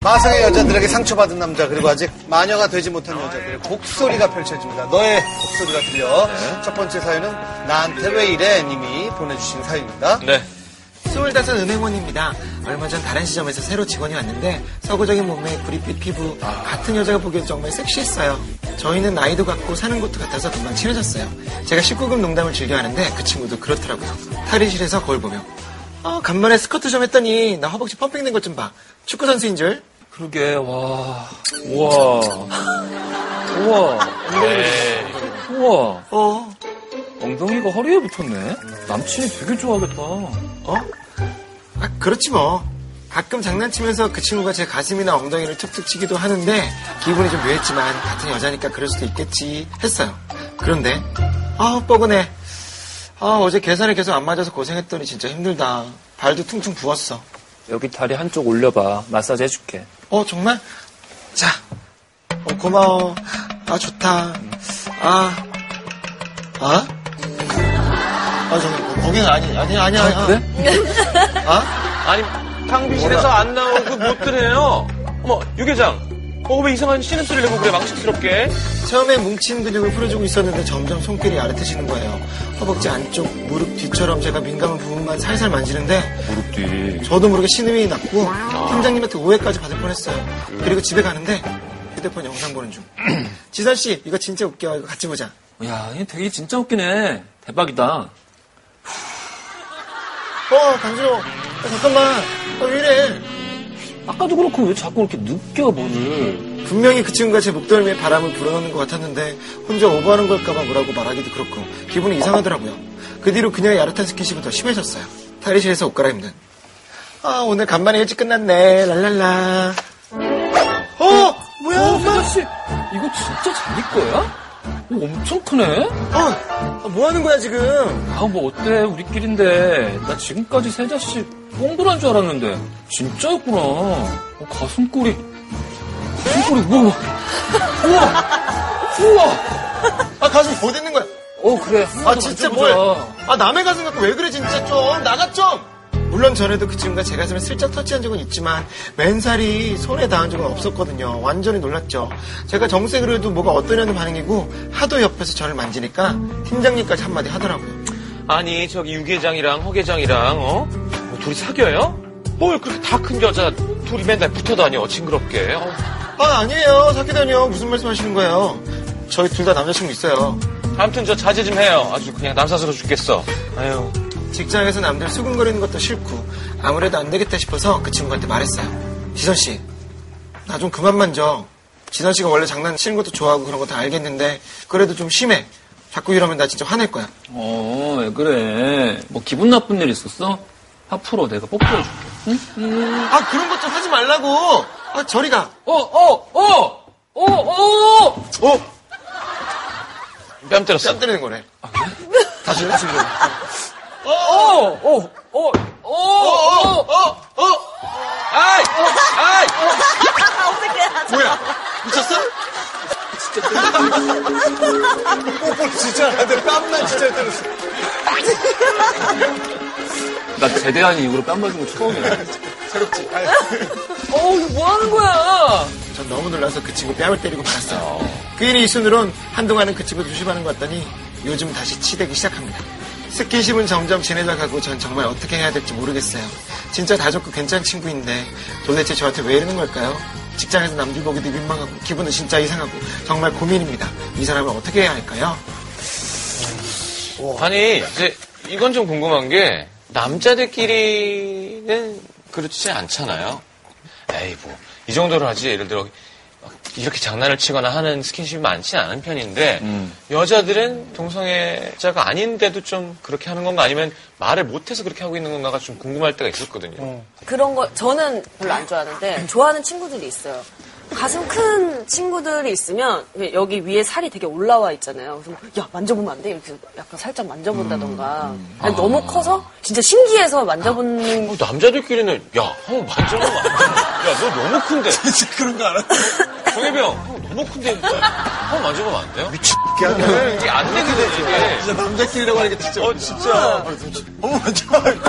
마성의 여자들에게 상처받은 남자 그리고 아직 마녀가 되지 못한 여자들의 곡소리가 펼쳐집니다. 너의 곡소리가 들려. 첫 번째 사연은 나한테 왜 이래 님이 보내주신 사연입니다. 네. 스물다섯 은행원입니다. 얼마 전 다른 시점에서 새로 직원이 왔는데 서구적인 몸매, 구릿빛 피부, 같은 여자가 보기엔 정말 섹시했어요. 저희는 나이도 같고 사는 곳도 같아서 금방 친해졌어요. 제가 19금 농담을 즐겨 하는데 그 친구도 그렇더라고요. 탈의실에서 거울 보며 아, 간만에 스쿼트 좀 했더니 나 허벅지 펌핑된 것 좀 봐. 축구 선수인 줄. 그러게, 와. 우와. 우와. 우와. 어, 엉덩이가 허리에 붙었네. 남친이 되게 좋아하겠다. 어? 아, 그렇지 뭐. 가끔 장난치면서 그 친구가 제 가슴이나 엉덩이를 툭툭 치기도 하는데 기분이 좀 묘했지만 같은 여자니까 그럴 수도 있겠지 했어요. 그런데 아 뻐근해. 아 어제 계산이 계속 안 맞아서 고생했더니 진짜 힘들다. 발도 퉁퉁 부었어. 여기 다리 한쪽 올려봐. 마사지 해줄게. 어 정말? 자. 어, 고마워. 아 좋다. 아. 아? 아 저기 뭐 거긴 아니 아니 아니 아니. 그래? 아? 아니 탕비실에서 안 나오고 못 드네요. 어머 유계장. 어 왜 이상한 신음 소리를 내고 그래 망식스럽게. 처음에 뭉친 근육을 풀어주고 있었는데 점점 손길이 아래트시는 거예요. 허벅지 안쪽, 무릎 뒤처럼 제가 민감한 부분만 살살 만지는데 무릎 뒤. 저도 모르게 신음이 났고 팀장님한테 오해까지 받을 뻔했어요. 그리고 집에 가는데 휴대폰 영상 보는 중. 지선 씨, 이거 진짜 웃겨. 이거 같이 보자. 야, 얘 되게 진짜 웃기네. 대박이다. 어, 강준호. 야, 잠깐만. 어, 왜 이래? 아까도 그렇고 왜 자꾸 이렇게 느껴, 뭐를. 분명히 그 친구가 제 목덜미에 바람을 불어넣는 것 같았는데 혼자 오버하는 걸까봐 뭐라고 말하기도 그렇고 기분이 이상하더라고요. 그 뒤로 그녀의 야릇한 스킨십은 더 심해졌어요. 탈의실에서 옷 갈아입는. 아 오늘 간만에 일찍 끝났네. 랄랄라. 어 뭐야 엄마? 씨, 이거 진짜 자기 거야? 오, 엄청 크네? 어, 뭐 하는 거야 지금? 아, 뭐 어때, 우리끼린데. 나 지금까지 세자씨 뽕돌한 줄 알았는데. 진짜였구나. 어, 가슴골이. 가슴골이, 우와. 우와. 우와. 아 가슴 뭐 되는 거야? 어, 그래. 한번 아 더 진짜 만져보자. 뭐야? 아 남의 가슴 갖고 왜 그래 진짜 좀 나가 좀. 물론 전에도 그 친구가 제 가슴을 슬쩍 터치한 적은 있지만 맨살이 손에 닿은 적은 없었거든요. 완전히 놀랐죠. 제가 정색을 해도 뭐가 어떠냐는 반응이고 하도 옆에서 저를 만지니까 팀장님까지 한마디 하더라고요. 아니 저기 유계장이랑 허계장이랑 어? 뭐 둘이 사겨요? 뭘 그렇게 다 큰 여자 둘이 맨날 붙어 다녀 징그럽게. 어. 아 아니에요 사귀다니요 무슨 말씀하시는 거예요? 저희 둘 다 남자친구 있어요. 아무튼 저 자제 좀 해요. 아주 그냥 남사스러 죽겠어. 아유. 직장에서 남들 수근거리는 것도 싫고 아무래도 안 되겠다 싶어서 그 친구한테 말했어요. 지선 씨, 나 좀 그만 만져. 지선 씨가 원래 장난치는 것도 좋아하고 그런 거 다 알겠는데 그래도 좀 심해. 자꾸 이러면 나 진짜 화낼 거야. 어, 왜 그래. 뭐 기분 나쁜 일 있었어? 앞으로 내가 뽀뽀해줄게. 아 그런 것 좀 하지 말라고. 아 저리 가. 어, 어, 어! 어, 어! 어? 뺨 때렸어. 뺨 때리는 거래. 다시 해 친구. 어, 어, 어, 어, 어, 어, 아이! 아이! 뭐야? 미쳤어? 뽀뽀를 진짜 안 돼. 뺨만 진짜 때렸어. 나 제대한 이후로 뺨 맞은 거 처음이야. 새롭지. 아유. 어, 이거 뭐 하는 거야? 전 너무 놀라서 그 친구 뺨을 때리고 말았어요. 그 일이 이순으론 한동안은 그 친구 조심하는 것 같더니 요즘 다시 치대기 시작합니다. 스킨십은 점점 진해져가고 전 정말 어떻게 해야 될지 모르겠어요. 진짜 다 좋고 괜찮은 친구인데 도대체 저한테 왜 이러는 걸까요? 직장에서 남들 보기도 민망하고 기분은 진짜 이상하고 정말 고민입니다. 이 사람을 어떻게 해야 할까요? 아니 이제 이건 좀 궁금한 게 남자들끼리는 그렇지 않잖아요. 에이 뭐 이 정도로 하지 예를 들어 이렇게 장난을 치거나 하는 스킨십이 많지 않은 편인데 음. 여자들은 동성애자가 아닌데도 좀 그렇게 하는 건가 아니면 말을 못해서 그렇게 하고 있는 건가가 좀 궁금할 때가 있었거든요. 어. 그런 거 저는 별로 안 좋아하는데 좋아하는 친구들이 있어요. 가슴 큰 친구들이 있으면 왜 여기 위에 살이 되게 올라와 있잖아요. 그래서 막, 야 만져보면 안 돼? 이렇게 약간 살짝 만져본다던가 아니, 너무 커서 진짜 신기해서 만져보는 뭐 남자들끼리는 야 한번 만져봐. 야너 너무 큰데. 진짜 그런 거 알아? 정혜병 형 너무 큰데 한번 만져보면 안 돼요? 미친 야, 이게 안 되거든 이게. 진짜 아, 남자끼리라고 하니까 진짜. 어 진짜. 어머, 정말.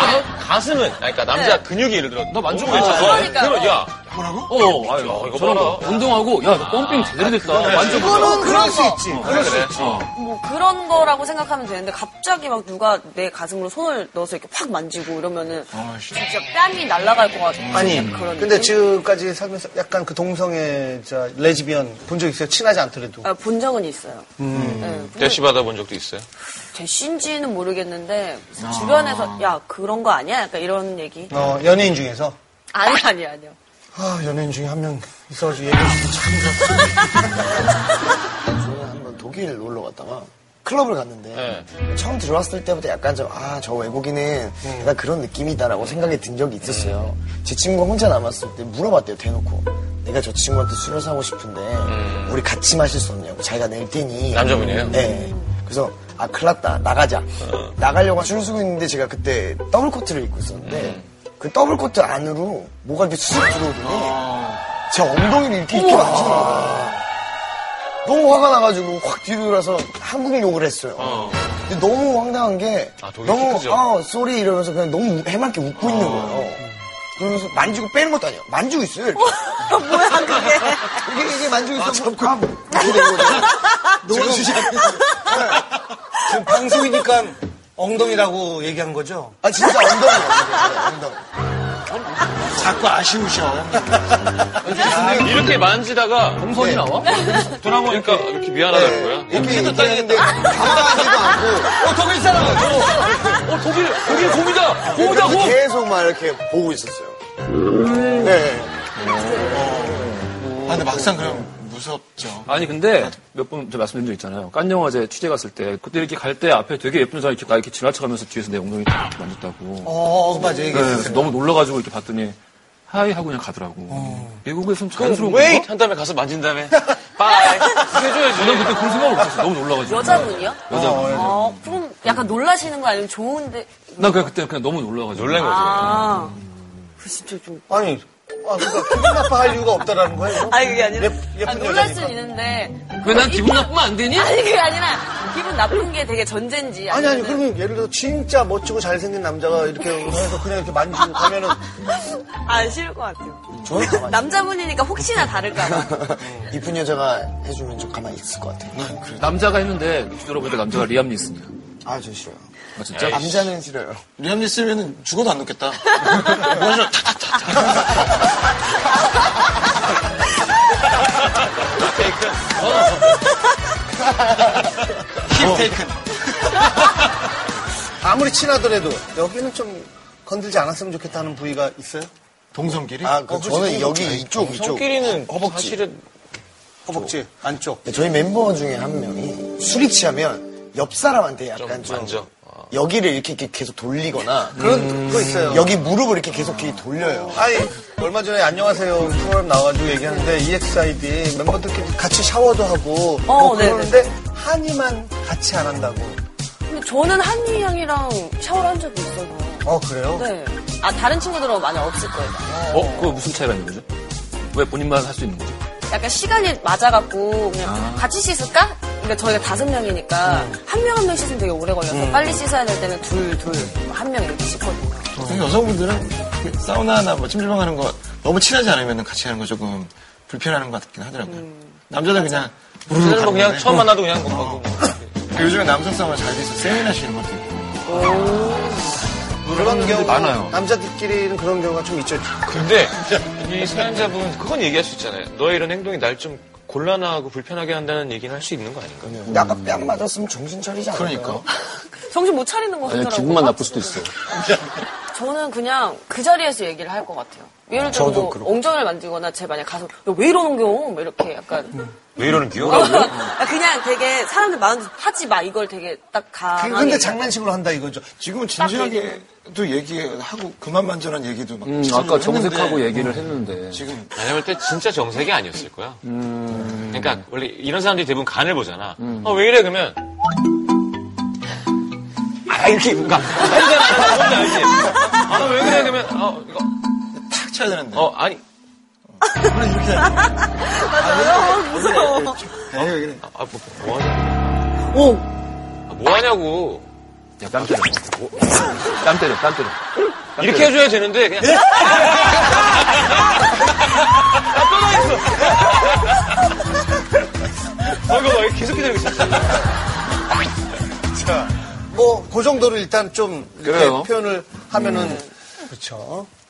아, 가슴은, 아니, 그러니까 남자 네. 근육이 예를 들어. 나 만져봐. 몸을 외쳐서. 아, 그러니까요. 그러면 야, 어, 어, 아, 야, 이거 저런 봐라. 거. 네. 어, 운동하고, 야, 나 펌핑 제대로 됐다. 만져보자. 그거는 그럴 수 거. 있지. 그래, 그래. 어. 뭐 그런 거라고 생각하면 되는데 갑자기 막 누가 내 가슴으로 손을 넣어서 이렇게 확 만지고 이러면은 진짜 뺨이 날아갈 것 같은 아니, 그런 음. 근데 느낌? 지금까지 살면서 약간 그 동성애자, 레즈비언 본 적 있어요? 친하지 않더라도. 아, 본 적은 있어요. 음. 대시 받아본 적도 있어요. 대신지는 모르겠는데 주변에서 야 그런 거 아니야? 약간 이런 얘기. 어, 연예인 중에서. 아니 아니 아니요. 아, 연예인 중에 한 명 있어가지고 얘기해주면 참 좋았어. 저는 한번 독일 놀러 갔다가 클럽을 갔는데 처음 들어왔을 때부터 약간 좀 아 저 외국인은 네. 약간 그런 느낌이다라고 생각이 든 적이 있었어요. 제 친구가 혼자 남았을 때 물어봤대요 대놓고 내가 저 친구한테 술을 사고 싶은데 우리 같이 마실 수 없냐고 자기가 낼 테니 남자분이에요? 어. 네. 그래서 아 큰일 났다 나가자 나가려고 줄을 서고 있는데 제가 그때 더블 코트를 입고 있었는데 음. 그 더블 코트 안으로 뭐가 이렇게 수직 들어오더니 아. 제 엉덩이를 이렇게 이렇게 만지는 거예요. 너무 화가 나가지고 확 뒤로 돌아서 한국 욕을 했어요. 근데 너무 황당한 게 아, 독일 너무 시크죠. 아 쏘리 이러면서 그냥 너무 해맑게 웃고 있는 어. 거예요. 그러면서 만지고 빼는 것도 아니야. 만지고 있어요. 이렇게. 뭐야 그게? 이게 이게 만지고 있어. 아, 참, 이렇게 되는 거죠. 네. 지금, 지금 방송이니까 엉덩이라고 얘기한 거죠? 아 진짜 엉덩이야. 엉덩이. 자꾸 아쉬우셔. 이렇게 만지다가 동선이 나와? 돌아보니까 이렇게 미안하다는 거야. 네. 이렇게 얘기하는데 당황하지도 않고 어, 독일 사람! 어, 어, 독일, 독일 곰이다! 곰이다, 그래서 곰! 계속 막 이렇게 보고 있었어요. 네. 아, 근데 막상 그럼 무섭죠. 아니, 근데 몇 번 말씀드린 적 있잖아요. 깐영화제 취재 갔을 때, 그때 이렇게 갈 때 앞에 되게 예쁜 사람 이렇게 나 이렇게 지나쳐가면서 뒤에서 내 엉덩이 딱 이렇게 만졌다고. 어, 맞아, 네, 얘기했어요. 그래서 너무 놀라가지고 이렇게 봤더니, 하이 하고 그냥 가더라고. 미국에선 자연스러운 거. 어. 웨이트! 뭐 한 다음에 가서 만진 다음에, 빠이! 해줘야지. 예. 저는 그때 그런 생각을 못했어. 너무 놀라가지고. 여자분이요? 여자분. 어, 그럼 약간 놀라시는 거 아니면 좋은데? 나 그냥 그때 그냥 너무 놀라가지고. 놀란 거지. 아, 그 진짜 좀. 아니, 아, 그러니까 기분 나빠할 이유가 없다라는 거예요? 아니 그게 아니라 예쁜 아, 놀랄 여자니까. 수는 있는데 왜 난 기분 나쁘면 안 되니? 아니 그게 아니라 기분 나쁜 게 되게 전제인지 아니, 아니, 아니면은- 그러면 예를 들어 진짜 멋지고 잘생긴 남자가 이렇게 해서 그냥 이렇게 만지고 가면은 아 싫을 것 같아요. 저는 가만히 남자분이니까 혹시나 다를까봐. 이쁜 여자가 해주면 좀 가만히 있을 것 같아요. 남자가 했는데, 뒤돌아보니까 남자가 리암 니슨이야. 아, 저 싫어요. 아, 진짜? 남자는 싫어요. 리암 니스면 죽어도 안 놓겠다. 힙테이크. 아무리 친하더라도 여기는 좀 건들지 않았으면 좋겠다는 부위가 있어요? 동성끼리? 아, 그 어, 그치, 저는 그건 여기 그렇지. 이쪽, 이쪽. 성끼리는 아, 허벅지. 사실은 허벅지, 안쪽. 근데 저희 멤버 중에 한 명이 술이 취하면 옆 사람한테 약간 좀 좀, 만져. 어. 여기를 이렇게, 이렇게 계속 돌리거나 그런 거 있어요. 여기 무릎을 이렇게 계속 이렇게 돌려요. 아니, 얼마 전에 안녕하세요 프로그램 나와가지고 얘기하는데 E EXID 멤버들끼리 같이 샤워도 하고 뭐 어, 네, 그러는데 한이만 같이 안 한다고. 근데 저는 한유 형이랑 샤워를 한 적이 있어요. 어, 그래요? 네. 아 다른 친구들하고 많이 없을 거예요. 어? 그거 무슨 차이가 있는 거죠? 왜 본인만 할 수 있는 거죠? 약간 시간이 맞아갖고 그냥 같이 씻을까? 그러니까 저희가 다섯 명이니까 한 명 한 명 씻으면 되게 오래 걸려서 빨리 씻어야 될 때는 둘, 둘, 한 명 이렇게 씻거든요. 근데 여성분들은 그 사우나나 뭐 찜질방 가는 거 너무 친하지 않으면 같이 가는 거 조금 불편한 것 같긴 하더라고요. 남자들 그냥 우르르 저는 뭐 가는 그냥 건데. 처음 만나도 그냥 뭐 하고 뭐. 그 요즘에 남성 사우나 잘 돼서 세미나 시는 것도 있고. 그런 경우 많아요. 남자들끼리는 그런 경우가 좀 있죠. 근데 이 사연자분 그건 얘기할 수 있잖아요. 너의 이런 행동이 날 좀 곤란하고 불편하게 한다는 얘기는 할 수 있는 거 아닌가? 약간 뺨 맞았으면 정신 차리지 않아요? 그러니까. 정신 못 차리는 것 같더라고요. 기분만 나쁠 수도 있어. 저는 그냥 그 자리에서 얘기를 할 것 같아요. 예를 들어 뭐 엉덩이를 만지거나 제 만약 가서 야, 왜 이러는겨? 막 이렇게 약간 아, 왜 이러는 기요? 그냥 되게 사람들 많은 데서 하지 마 이걸 되게 딱 가. 그, 근데 장난식으로 한다 이거죠. 지금은 진지하게도 얘기하고 그만 만전한 얘기도 막. 음, 실제로 아까 했는데 정색하고 얘기를 했는데. 지금 왜냐면 때 진짜 정색이 아니었을 거야. 그러니까 원래 이런 사람들이 대부분 간을 보잖아. 어, 왜 이래 그러면 아 이렇게 뭔가 아니잖아. 뭔지 알지? 아왜 그래 그러면 어 이거 탁 쳐야 되는데. 어 아니 그래 아, 이렇게. 아, 무서워. 어, 아뭐 뭐 하냐? 오. 아, 뭐 하냐고. 야, 땀 때려. 땀 때려, 땀 때려. 이렇게 해줘야 되는데 그냥 아, 또 나있어 아 이거 봐 계속 기다리고 있어 자, 뭐, 그 정도로 일단 좀 네, 이렇게 그래요. 표현을 하면은. 그렇죠.